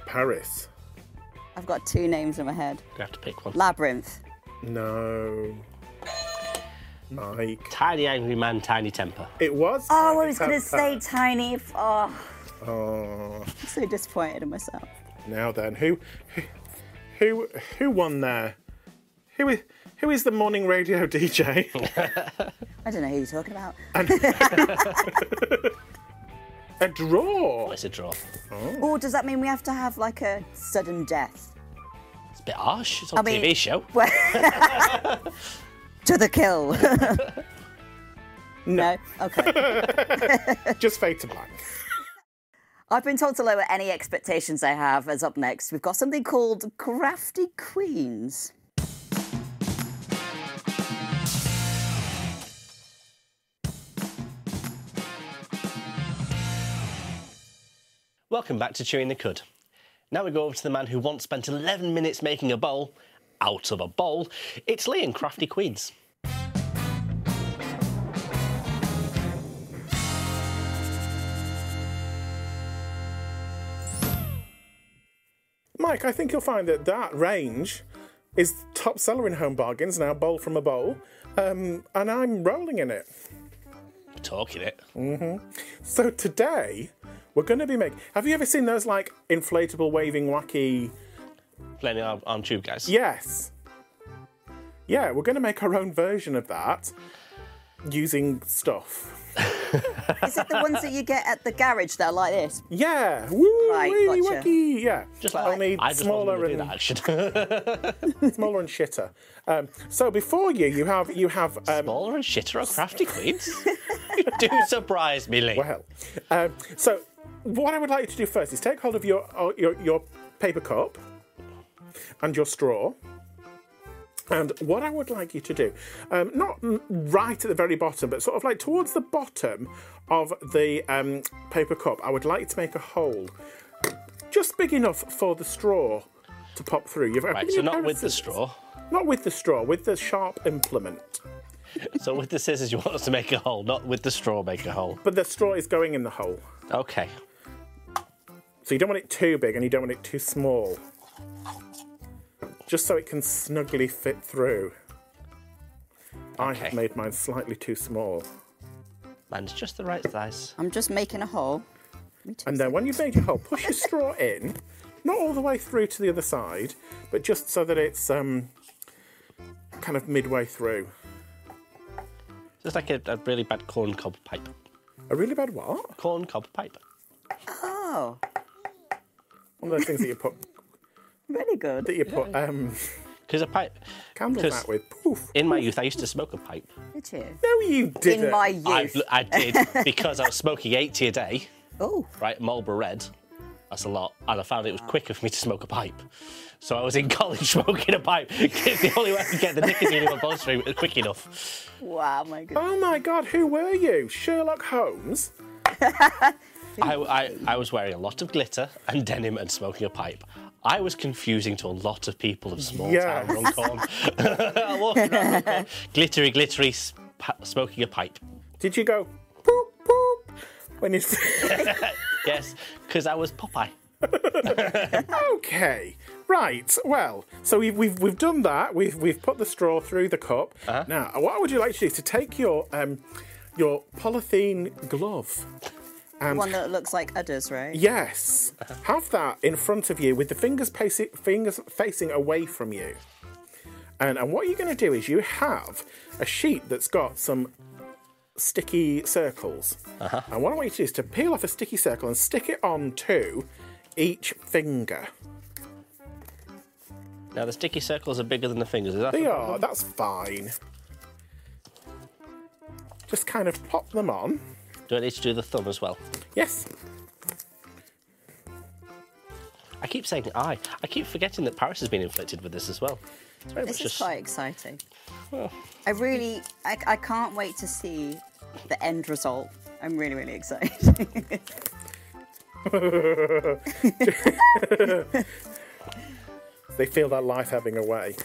Speaker 4: Paris.
Speaker 3: I've got two names in my head.
Speaker 2: You have to pick one.
Speaker 3: Labyrinth.
Speaker 4: No. Mike.
Speaker 2: Tiny angry man, tiny temper.
Speaker 4: It was.
Speaker 3: Oh, I
Speaker 4: Tiny
Speaker 3: was going to say
Speaker 4: Temper.
Speaker 3: Tiny. F- Oh,
Speaker 4: Oh,
Speaker 3: I'm so disappointed in myself.
Speaker 4: now then, who, who, who won there? Who is who is the morning radio (laughs) DJ?
Speaker 3: I don't know who you're talking about.
Speaker 4: A draw.
Speaker 2: It's a draw.
Speaker 3: Or Oh, does that mean we have to have like a sudden death?
Speaker 2: It's a bit harsh. It's on a
Speaker 3: mean-
Speaker 2: TV show.
Speaker 3: To the kill. (laughs) no. Okay.
Speaker 4: Just fade to black.
Speaker 3: I've been told to lower any expectations I have, as up next, we've got something called Crafty Queens.
Speaker 2: Welcome back to Chewing the Cud. Now we go over to the man who once spent 11 minutes making a bowl out of a bowl. It's Lee in Crafty Queens.
Speaker 4: Mike, I think you'll find that that range is top seller in home bargains now. Bowl from a bowl, um, and I'm rolling in it.
Speaker 2: Talking it.
Speaker 4: So today we're going to be making. Have you ever seen those like inflatable, waving, wacky?
Speaker 2: Playing on, on tube, guys.
Speaker 4: Yes. Yeah, we're going to make our own version of that using stuff.
Speaker 3: Is it the ones that you get at the garage that are like this?
Speaker 4: Yeah. Woo,
Speaker 3: Right,
Speaker 4: wee,
Speaker 3: gotcha.
Speaker 4: wacky. Yeah.
Speaker 2: Just like
Speaker 4: Only
Speaker 2: I just
Speaker 4: smaller
Speaker 2: wasn't
Speaker 4: and
Speaker 2: gonna do that action.
Speaker 4: smaller and shitter. Um, so before you, you have you have
Speaker 2: (laughs)
Speaker 4: um,
Speaker 2: smaller and shitter are crafty queens. you do surprise me, Lee.
Speaker 4: Well, um, so what I would like you to do first is take hold of your uh, your, your paper cup and your straw. And what I would like you to do, um, not m- right at the very bottom, but sort of like towards the bottom of the um, paper cup, I would like to make a hole just big enough for the straw to pop through. You've
Speaker 2: Right, so not with the straw.
Speaker 4: Not with the straw, with the sharp implement.
Speaker 2: So with the scissors, you want us to make a hole, not with the straw, make a hole.
Speaker 4: But the straw is going in the hole.
Speaker 2: Okay.
Speaker 4: So you don't want it too big and you don't want it too small. just so it can snugly fit through. I have
Speaker 2: Okay.
Speaker 4: made mine slightly too small.
Speaker 2: Mine's just the right size.
Speaker 3: I'm just making a hole.
Speaker 4: And then when you've made your hole, push your straw in, not all the way through to the other side, but just so that it's um, kind of midway through.
Speaker 2: Just like a, a really bad corn cob pipe.
Speaker 4: A really bad what?
Speaker 2: Corn cob pipe.
Speaker 3: Oh,
Speaker 4: One of those things that you put
Speaker 3: really good.
Speaker 4: that you put um,
Speaker 2: Because a pipe.
Speaker 4: candles
Speaker 2: 'cause
Speaker 4: out with. Poof.
Speaker 2: In my youth, I used to smoke a pipe.
Speaker 3: Did you?
Speaker 4: No, you didn't.
Speaker 3: In my
Speaker 2: I,
Speaker 3: youth.
Speaker 2: I did because I was smoking 80 a day,
Speaker 3: Oh,
Speaker 2: right? Marlboro Red. That's a lot. And I found it was quicker for me to smoke a pipe. So I was in (laughs) college smoking a pipe (laughs) because the only way I could get the nicotine in my bloodstream was quick enough.
Speaker 3: wow, my goodness.
Speaker 4: Oh my God, who were you? Sherlock Holmes?
Speaker 2: I, I, I was wearing a lot of glitter and denim and smoking a pipe. I was confusing to a lot of people of small
Speaker 4: Yes.
Speaker 2: town Runcorn. (laughs) I walked around Runcorn, glittery, glittery, sp- smoking a pipe.
Speaker 4: Did you go poop poop when you?
Speaker 2: Yes, because I was Popeye.
Speaker 4: (laughs) okay, right. Well, so we've we've, we've done that. We've we've put the straw through the cup. Now, what would you like to do is to take your um your polythene glove. And
Speaker 3: One that looks like udders, right?
Speaker 4: yes, have that in front of you with the fingers facing fingers facing away from you. And and what you're going to do is you have a sheet that's got some sticky circles. And what I want you to do is to peel off a sticky circle and stick it on to each finger.
Speaker 2: Now, the sticky circles are bigger than the fingers. Is that
Speaker 4: They are, that's fine. Just kind of pop them on.
Speaker 2: Do I need to do the thumb as well?
Speaker 4: Yes.
Speaker 2: I keep saying I. I keep forgetting that Paris has been inflicted with this as well. It's very
Speaker 3: This
Speaker 2: much
Speaker 3: is
Speaker 2: just-
Speaker 3: quite exciting.
Speaker 2: well,
Speaker 3: I really, I, I can't wait to see the end result. I'm really, really excited. (laughs)
Speaker 4: They feel their life ebbing away.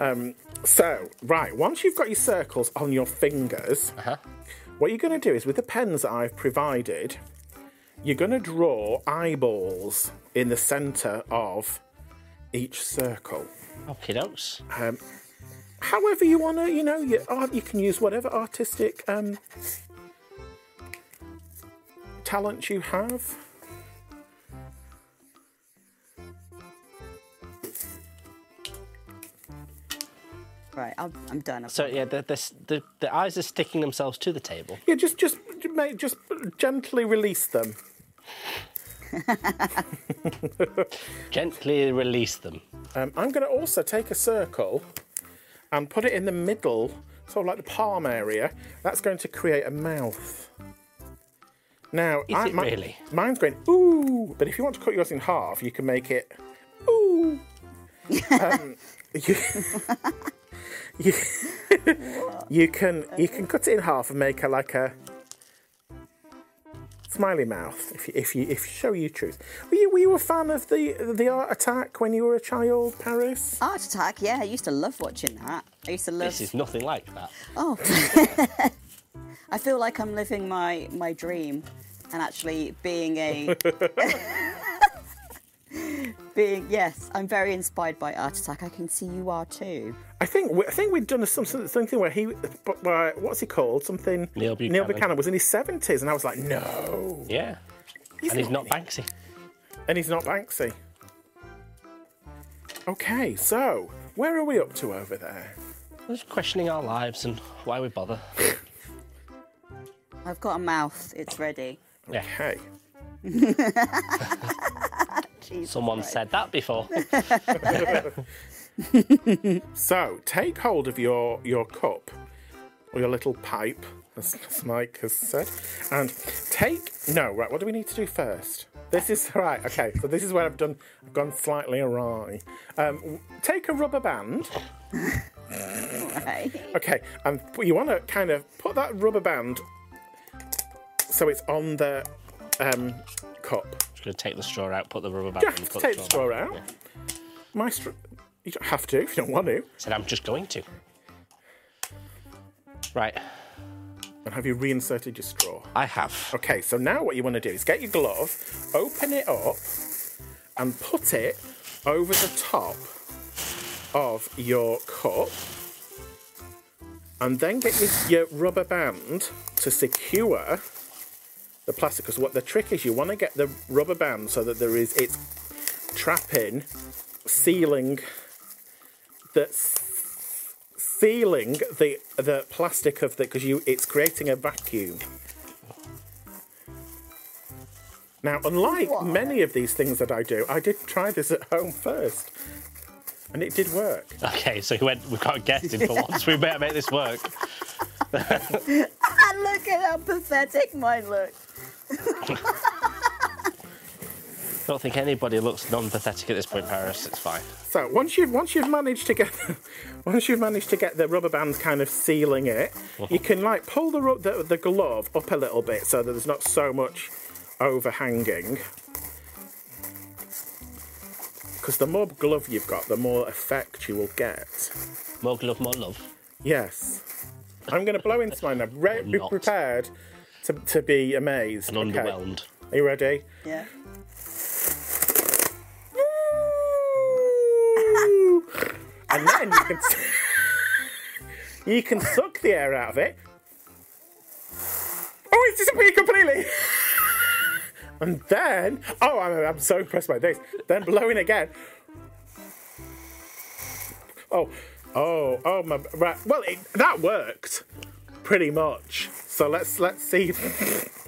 Speaker 4: Um, so, right, once you've got your circles on your fingers,
Speaker 2: Uh-huh.
Speaker 4: what you're going to do is with the pens that I've provided, you're going to draw eyeballs in the centre of each circle.
Speaker 2: okay, dokes.
Speaker 4: Um, however you want to, you know, your art, you can use whatever artistic um, talent you have.
Speaker 3: right, I'm, I'm done. I've
Speaker 2: So, yeah, the, the, the, the eyes are sticking themselves to the table.
Speaker 4: Yeah, just, just, mate, just gently release them.
Speaker 2: Gently release them.
Speaker 4: Um, I'm going to also take a circle and put it in the middle, sort of like the palm area. That's going to create a mouth. Now,
Speaker 2: Is
Speaker 4: I-
Speaker 2: it really?
Speaker 4: Mine's going ooh, but if you want to cut yours in half, you can make it ooh. Um, (laughs) you, you, you can you can cut it in half and make a like a smiley mouth if you, if you if you show you choose. Were you were you a fan of the the art attack when you were a child, Paris?
Speaker 3: Art Attack, yeah, I used to love watching that. I used to love.
Speaker 2: This is nothing like that.
Speaker 3: (laughs) Oh, (laughs) I feel like I'm living my my dream, and actually being a (laughs) being yes, I'm very inspired by Art Attack. I can see you are too.
Speaker 4: I think we, I think we'd done some, some- something where he but where, what's he called something
Speaker 2: Neil
Speaker 4: Neil
Speaker 2: Buchanan.
Speaker 4: Buchanan was in his seventies, and I was like, no,
Speaker 2: Yeah. and he's not Banksy.
Speaker 4: and he's not Banksy. Okay, so where are we up to over there?
Speaker 2: We're just questioning our lives and why we bother.
Speaker 3: I've got a mouth. It's ready.
Speaker 2: Yeah.
Speaker 4: Okay.
Speaker 2: Someone said that
Speaker 3: (laughs)
Speaker 2: before.
Speaker 4: (laughs) So take hold of your your cup or your little pipe, as Mike has said, and take no right. What do we need to do first? This is (laughs) right. Okay, so this is where I've done. I've gone slightly awry. Um, w- take a rubber band.
Speaker 3: (laughs) Right.
Speaker 4: Okay, and p- you want to kind of put that rubber band so it's on the um, cup.
Speaker 2: just going to take the straw out, put the rubber
Speaker 4: You
Speaker 2: back
Speaker 4: don't
Speaker 2: in.
Speaker 4: have to
Speaker 2: put
Speaker 4: take the straw out.
Speaker 2: Yeah.
Speaker 4: My str- you don't have to if you don't want to.
Speaker 2: Said, I'm just going to. Right.
Speaker 4: And have you reinserted your straw?
Speaker 2: I have.
Speaker 4: Okay, so now what you want to do is get your glove, open it up, and put it over the top of your cup, and then get your, your rubber band to secure the plastic. Because what the trick is, you want to get the rubber band so that there is it's trapping, sealing, that's sealing the the plastic of the because you it's creating a vacuum. Now, unlike
Speaker 3: What?
Speaker 4: many of these things that I do, I did try this at home first, and it did work.
Speaker 2: Okay, so he went, we've got a guest in for once. We better make this work.
Speaker 3: And (laughs) look at how pathetic mine looks.
Speaker 2: don't think anybody looks non pathetic at this point, Paris. It's fine.
Speaker 4: So once you've once you've managed to get (laughs) once you've managed to get the rubber band kind of sealing it,
Speaker 2: Uh-huh.
Speaker 4: you can like pull the, ru- the the glove up a little bit so that there's not so much overhanging. Because the more glove you've got, the more effect you will get.
Speaker 2: More love, more love.
Speaker 4: Yes, I'm going to blow into mine now. Re- be
Speaker 2: not.
Speaker 4: prepared to, to be amazed.
Speaker 2: And
Speaker 4: Okay.
Speaker 2: underwhelmed.
Speaker 4: Are you ready?
Speaker 3: Yeah.
Speaker 4: and then you can, you can suck the air out of it. Oh, it's disappeared completely. and then, oh, I'm, I'm so impressed by this. Then blowing again. Oh, oh, oh my! Right. Well, it, that worked pretty much. So let's let's see.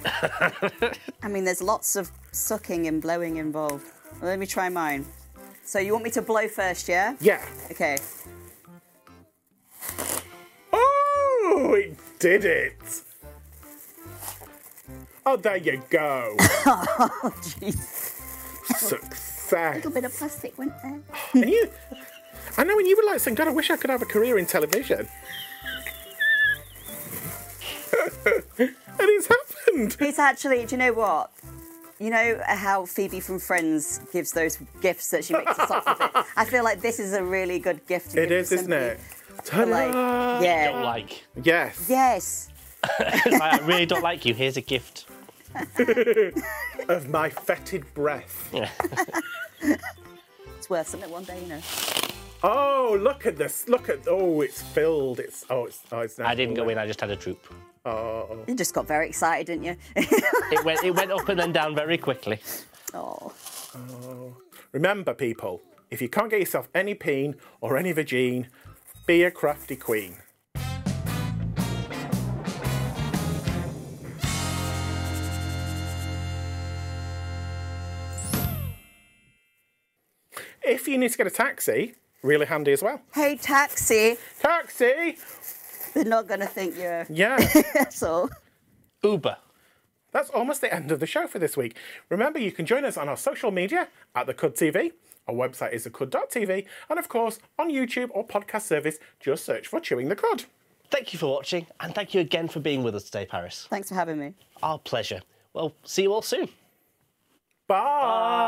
Speaker 3: I mean, there's lots of sucking and blowing involved. Well, let me try mine. So you want me to blow first, yeah?
Speaker 4: Yeah.
Speaker 3: Okay.
Speaker 4: Oh, it did it. Oh, there you go.
Speaker 3: Jeez.
Speaker 4: Success.
Speaker 3: A little bit of plastic went there.
Speaker 4: And you, I know, and you were like saying, God, I wish I could have a career in television. (laughs) and it's happened.
Speaker 3: (laughs) It's actually, do you know what? You know how Phoebe from Friends gives those gifts that she makes us up (laughs) with it? I feel like this is a really good gift. To
Speaker 4: It
Speaker 3: give to
Speaker 4: is, isn't
Speaker 3: somebody
Speaker 4: it?
Speaker 3: for, Like,
Speaker 4: Ta-da!
Speaker 2: Don't
Speaker 3: yeah.
Speaker 2: like.
Speaker 4: Yes.
Speaker 3: Yes.
Speaker 2: I really don't like you. Here's a gift.
Speaker 4: Of my fetid breath.
Speaker 3: It's worth something one day, you know.
Speaker 4: Oh, look at this. Look at. Oh, it's filled. It's. Oh, it's. Oh, it's.
Speaker 2: I didn't go in, I just had a troop.
Speaker 4: Oh.
Speaker 3: You just got very excited, didn't you? (laughs)
Speaker 2: It went, it went up and then down very quickly.
Speaker 3: oh.
Speaker 4: Remember, people, if you can't get yourself any peen or any vagine, be a crafty queen. If you need to get a taxi, really handy as well.
Speaker 3: Hey, taxi.
Speaker 4: Taxi!
Speaker 3: They're not going to think (laughs) you're
Speaker 4: Yeah,
Speaker 3: that's all.
Speaker 2: Uber.
Speaker 4: that's almost the end of the show for this week. Remember, you can join us on our social media at the Cud TV. Our website is thecud.tv, and of course, on YouTube or podcast service, just search for Chewing the Cud.
Speaker 2: Thank you for watching, and thank you again for being with us today, Paris.
Speaker 3: Thanks for having me.
Speaker 2: Our pleasure. Well, see you all soon.
Speaker 4: Bye.